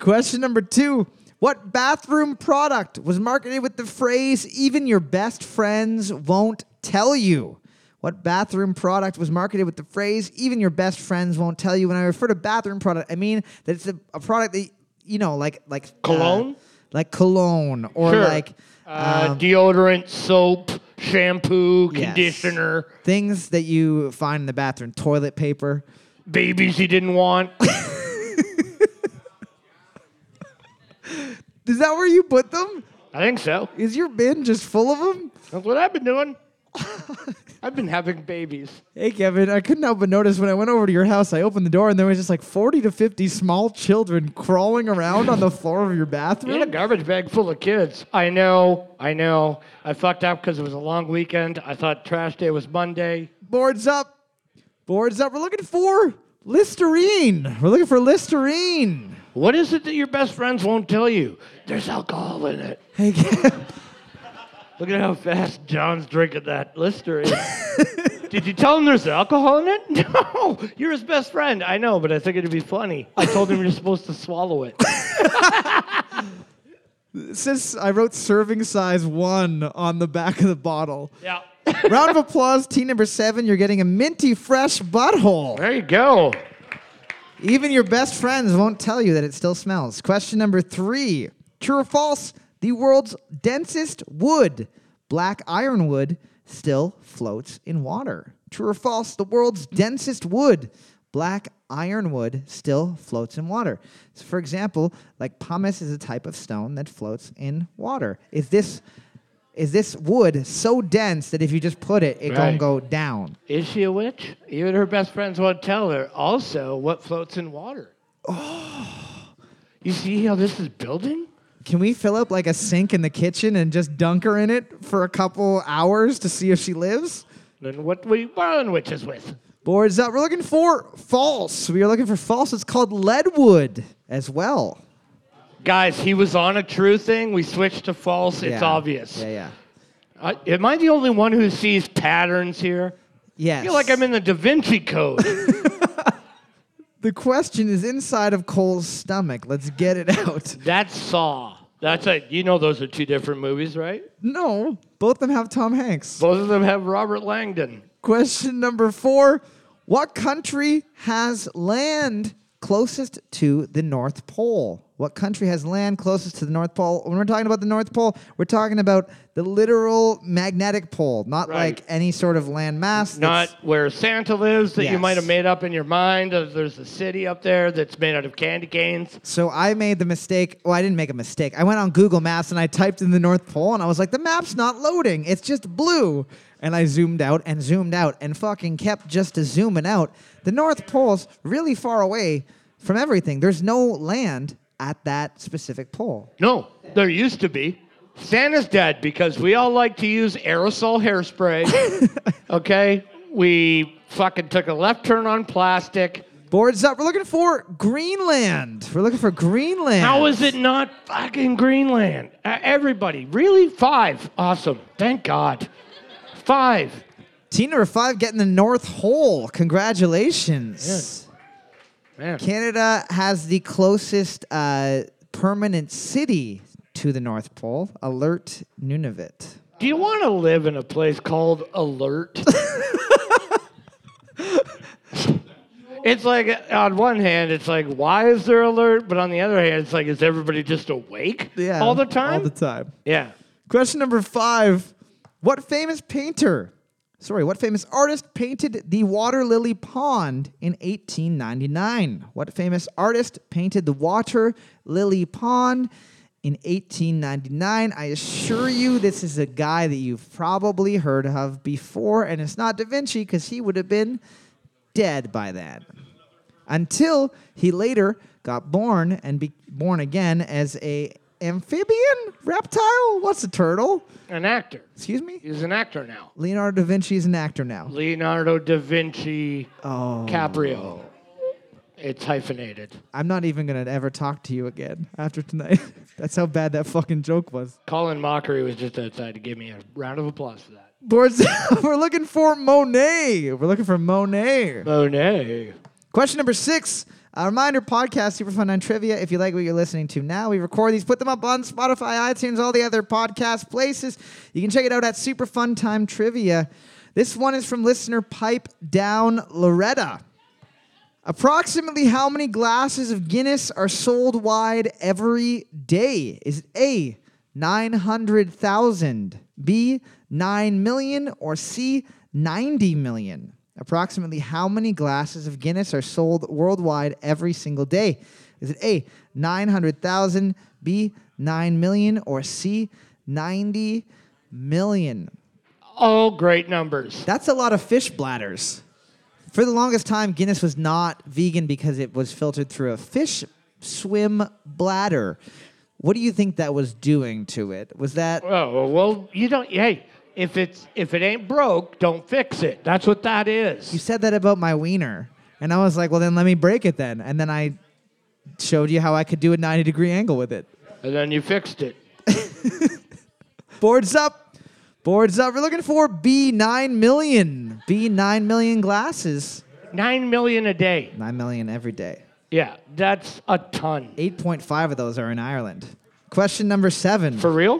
Question number two. What bathroom product was marketed with the phrase, even your best friends won't tell you? What bathroom product was marketed with the phrase, even your best friends won't tell you? When I refer to bathroom product, I mean that it's a, a product that, you know, like, like uh, Cologne? like cologne or Sure. like Uh, deodorant, soap, shampoo, Um, Yes. conditioner, Things that you find in the bathroom, toilet paper. babies he didn't want. Is that where you put them? I think so. Is your bin just full of them? That's what I've been doing. I've been having babies. Hey, Kevin, I couldn't help but notice when I went over to your house, I opened the door and there was just like 40 to 50 small children crawling around on the floor of In your a bathroom. garbage bag full of kids. I know, I know. I fucked up because it was a long weekend. I thought trash day was Monday. Boards up. Boards up. We're looking for Listerine. We're looking for Listerine. What is it that your best friends won't tell you? There's alcohol in it. Hey, <laughs> Kev. Look at how fast John's drinking that Listerine. Did you tell him there's alcohol in it? <laughs> No, you're his best friend. I know, but I think it'd be funny. I told him you're supposed to swallow it. Since I wrote serving size one on the back of the bottle. Yeah. Round of applause, team number seven. You're getting a minty fresh butthole. There you go. Even your best friends won't tell you that it still smells. Question number three True or false? The world's densest wood, black ironwood, still floats in water. True or false? The world's densest wood, black ironwood, still floats in water. So for example, like pumice is a type of stone that floats in water. Is this is this wood so dense that if you just put it, it Right. gonna go down? Is she a witch? Even her best friends won't tell her. Also, what floats in water? You see how this is building? Can we fill up like a sink in the kitchen and just dunk her in it for a couple hours to see if she lives? Then what were you borrowing witches with? Boards up. We're looking for false. We are looking for false. It's called Leadwood as well. Guys, he was on a true thing. We switched to false. It's Yeah. obvious. Yeah, yeah. I, am I the only one who sees patterns here? Yes. I feel like I'm in the Da Vinci Code. <laughs> The question is inside of Cole's stomach. Let's get it <laughs> out. That's Saw. That's a, you know those are two different movies, right? No, both of them have Tom Hanks. Both of them have Robert Langdon. Question number four What country has land closest to the North Pole? What country has land closest to the North Pole? When we're talking about the North Pole, we're talking about the literal magnetic pole, not Right. like any sort of land mass. that's- Not where Santa lives that you Yes. might have made up in your mind. Uh, There's a city up there that's made out of candy canes. So I made the mistake. Well, I didn't make a mistake. I went on Google Maps and I typed in the North Pole and I was like, the map's not loading. It's just blue. And I zoomed out and zoomed out and fucking kept just a zooming out. The North Pole's really far away from everything. There's no land at that specific pole. No, there used to be. Santa's dead because we all like to use aerosol hairspray. okay? We fucking took a left turn on plastic. Boards up. We're looking for Greenland. We're looking for Greenland. How is it not fucking Greenland? Uh, everybody, really? Five. Awesome. Thank God. Five. Team number five getting the North Hole. Congratulations. Man. Canada has the closest uh, permanent city to the North Pole. Alert Nunavut. Do you want to live in a place called Alert? it's like, uh, on one hand, it's like, why is there alert? But on the other hand, it's like, is everybody just awake Yeah. all the time? All the time. yeah. Question number five. What famous painter, sorry, what famous artist painted the water lily pond in 1899? What famous artist painted the water lily pond in 1899? I assure you, this is a guy that you've probably heard of before, and it's not Da Vinci because he would have been dead by then until he later got born and be born again as a amphibian reptile what's a turtle An actor. excuse me He's an actor now. leonardo da vinci is an actor now Leonardo da Vinci oh Caprio. It's hyphenated. i'm not even gonna ever talk to you again after tonight <laughs> that's how bad that fucking joke was Colin Mockery was just outside to give me a round of applause for that. boards <laughs> we're looking for monet we're looking for monet Monet. Question number six. A reminder podcast, Super Fun on Trivia. If you like what you're listening to now, we record these, put them up on Spotify, iTunes, all the other podcast places. You can check it out at Super Fun Time Trivia. This one is from listener Pipe Down Loretta. Approximately how many glasses of Guinness are sold wide every day? Is it A, 900,000, B, 9 million, or C, 90 million? Approximately how many glasses of Guinness are sold worldwide every single day? Is it A, 900,000, B, 9 million, or C, 90 million? All great numbers. That's a lot of fish bladders. For the longest time, Guinness was not vegan because it was filtered through a fish swim bladder. What do you think that was doing to it? Was that Oh well, you don't. Hey, if it's if it ain't broke, don't fix it. That's what that you is. said that about my wiener? And I was like, well, then let me break it then. And then I showed you how I could do a 90 degree angle with it. And then you fixed it. Boards up. Boards up. We're looking for B9 million. B9 million glasses. Nine million a day. 9 million every day. Yeah, that's a ton. 8.5 of those are in Ireland. Question number seven. For real?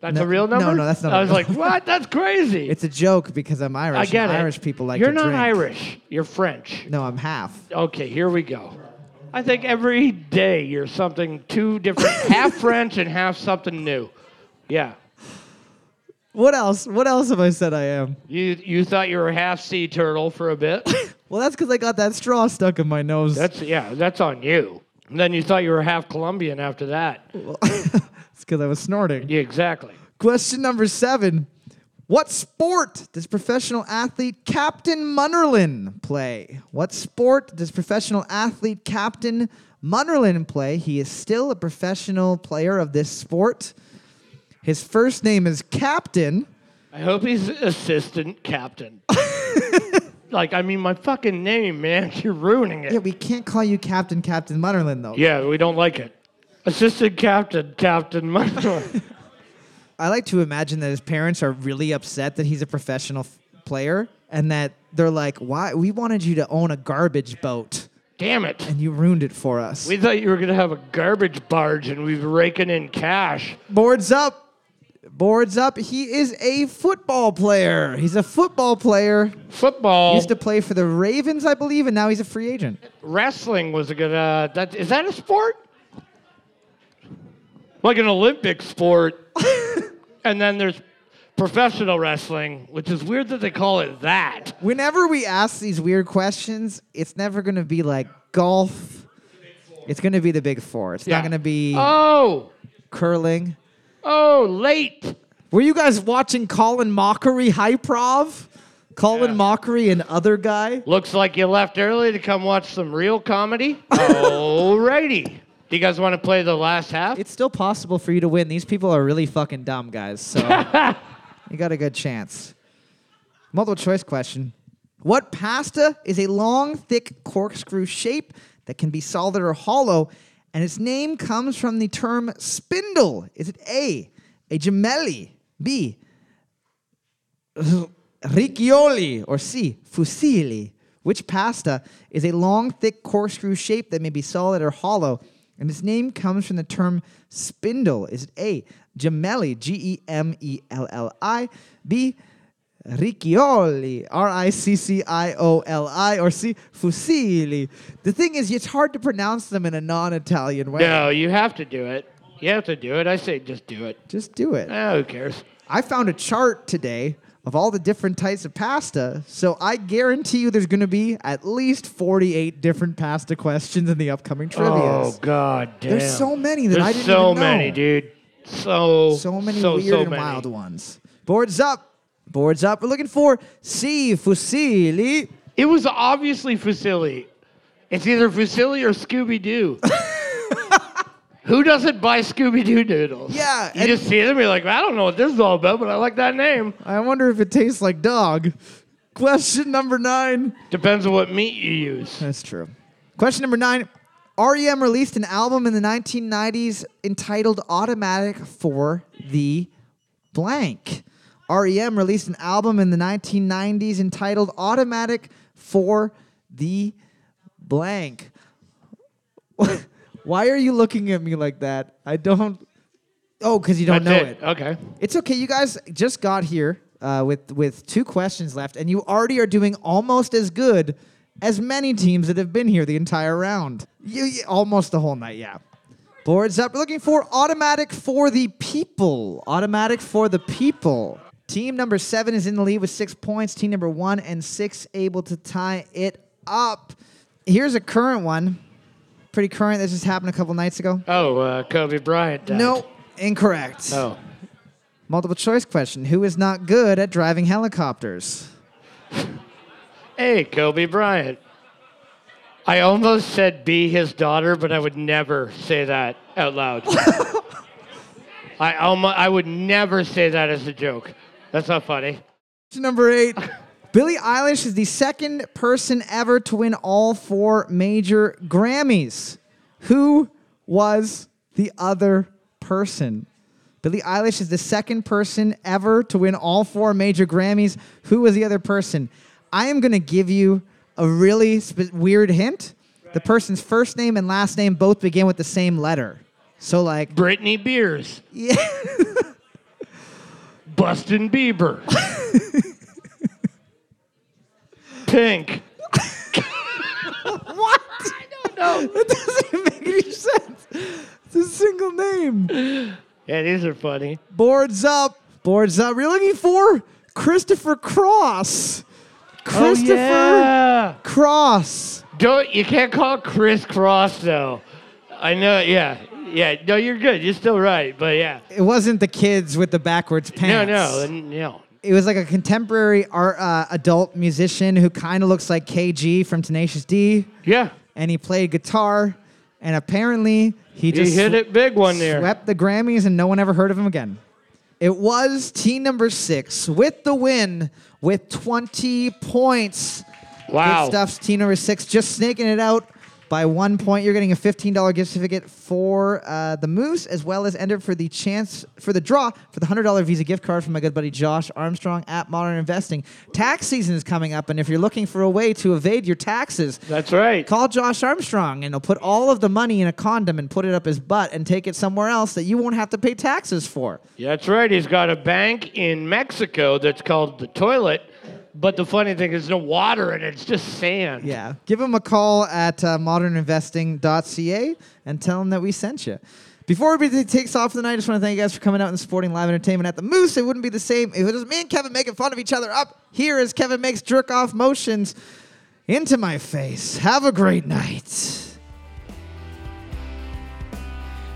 That's No- a real no, number. no, that's not I was real. like, what? That's crazy. It's a joke because I'm Irish. I get and it. Irish people like You're to not drink. Irish. You're French. No, I'm half. Okay, here we go. I think every day you're something two <laughs> different, half French and half something new. Yeah. What else? What else have I said I am? You you thought you were half sea turtle for a bit. Well, that's because I got that straw stuck in my nose. <laughs> That's yeah, that's on you. And then you thought you were half Colombian after that. it's because I was snorting. Yeah, exactly. Question number seven. What sport does professional athlete Captain Munnerlin play? What sport does professional athlete Captain Munnerlin play? He is still a professional player of this sport. His first name is Captain. I hope he's assistant captain. <laughs> like I mean my fucking name, man. <laughs> You're ruining Yeah, it. we can't call you Captain Captain Munnerlin though. Yeah, we don't like it. Assistant captain, Captain <laughs> Munro. I like to imagine that his parents are really upset that he's a professional f- player and that they're like, "Why? We wanted you to own a garbage boat Damn it. and you ruined it for us." We thought you were gonna have a garbage barge and we've raking in cash. Boards up. Boards up. He is a football player. He's a football player. Football Used to play for the Ravens, I believe, and now he's a free agent. wrestling was a good uh that is that a sport? Like an Olympic sport. and then there's professional wrestling, which is weird that they call it that. Whenever we ask these weird questions, it's never going to be like golf. It's going to be the big four. It's Yeah. not going to be Oh, curling. oh, late. Were you guys watching Colin Mockery Hyprov? Colin Yeah. Mockery and other guy? Looks like you left early to come watch some real comedy. Alrighty. Do you guys want to play the last half? It's still possible for you to win. These people are really fucking dumb, guys. So you got a good chance. Multiple choice question. What pasta is a long, thick corkscrew shape that can be solid or hollow, and its name comes from the term spindle? Is it A, a gemelli, B, riccioli, or C, fusilli? Which pasta is a long, thick corkscrew shape that may be solid or hollow, and its name comes from the term spindle? Is it A, gemelli, G E M E L L I, B, Riccioli, R I C C I O L I, or C, Fusilli. The thing is, it's hard to pronounce them in a non Italian way. No, you have to do it. You have to do it. I say just do it. Just do it. Ah, who cares? I found a chart today of all the different types of pasta, so I guarantee you there's going to be at least 48 different pasta questions in the upcoming trivia. Oh God, damn. There's so many that There's I didn't so even know. many, dude. So So many so, weird so and many. wild ones. Boards up. Boards up. We're looking for C, Fusilli. It was obviously Fusilli. It's either Fusilli or Scooby Doo. <laughs> Who doesn't buy Scooby Doo noodles? Yeah, You and- just see them, you're like, I don't know what this is all about, but I like that name. I wonder if it tastes like dog. Question number nine. Depends on what meat you use. That's true. Question number nine. REM released an album in the 1990s entitled Automatic for the Blank. REM released an album in the 1990s entitled Automatic for the Blank. <laughs> Why are you looking at me like that? I don't. Oh, because you don't That's it. know Okay. It's okay. You guys just got here uh, with with two questions left, and you already are doing almost as good as many teams that have been here the entire round. You, you- almost the whole night, yeah. Boards up. We're looking for automatic for the people. Automatic for the people. Team number seven is in the lead with six points. Team number one and six able to tie it up. Here's a current one. Pretty current. This just happened a couple nights ago. Oh, uh, Kobe Bryant. Died. No, incorrect. Oh. Multiple choice question. Who is not good at driving helicopters? Hey, Kobe Bryant. I almost said be his daughter, but I would never say that out <laughs> loud. I almost, I would never say that as a joke. That's not funny. Question Number eight. Billie Eilish is the second person ever to win all four major Grammys. Who was the other person? Billie Eilish is the second person ever to win all four major Grammys. Who was the other person? I am going to give you a really sp- weird hint. The person's first name and last name both begin with the same letter. So, like, Brittany Beers. yeah. <laughs> Bustin <laughs> Bieber. Pink. What? I don't know. That doesn't <laughs> make any sense. It's a single name. Yeah, these are funny. Boards up. Boards up. We're looking for Christopher Cross. Christopher Oh, yeah. Cross. Don't you can't call it crisscross though. I know. Yeah, yeah. No, you're good. You're still right. But yeah. It wasn't the kids with the backwards No, pants. no, n- no. It was like a contemporary art, uh, adult musician who kind of looks like KG from Tenacious D, Yeah, and he played guitar, and apparently he you just hit it big one there. Swept the Grammys and no one ever heard of him again. It was team number six with the win with 20 points. Wow. Good stuff's team number six, just snaking it out by one point. You're getting a $15 gift certificate for uh, the Moose, as well as enter for the chance for the draw for the $100 Visa gift card from my good buddy Josh Armstrong at Modern Investing. Tax season is coming up, and if you're looking for a way to evade your taxes, That's right. Call Josh Armstrong and he'll put all of the money in a condom and put it up his butt and take it somewhere else that you won't have to pay taxes for. That's right. He's got a bank in Mexico that's called the Toilet. But the funny thing is, no water in it. It's just sand. Yeah. Give him a call at uh, moderninvesting.ca and tell him that we sent you. Before everybody takes off for the night, I just want to thank you guys for coming out and supporting live entertainment at the Moose. It wouldn't be the same if it was me and Kevin making fun of each other up here as Kevin makes jerk off motions into my face. Have a great night.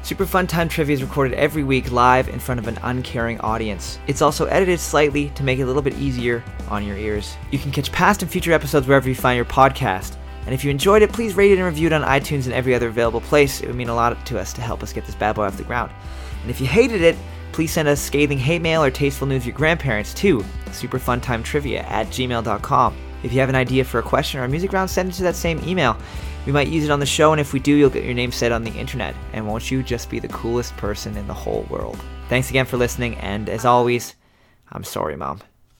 Super Fun Time Trivia is recorded every week live in front of an uncaring audience. It's also edited slightly to make it a little bit easier on your ears. You can catch past and future episodes wherever you find your podcast. And if you enjoyed it, please rate it and review it on iTunes and every other available place. It would mean a lot to us to help us get this bad boy off the ground. And if you hated it, please send us scathing hate mail or tasteful news of your grandparents too. Superfuntimetrivia at gmail.com. If you have an idea for a question or a music round, send it to that same email. We might use it on the show, and if we do, you'll get your name said on the internet. And won't you just be the coolest person in the whole world? Thanks again for listening, and as always, I'm sorry, Mom.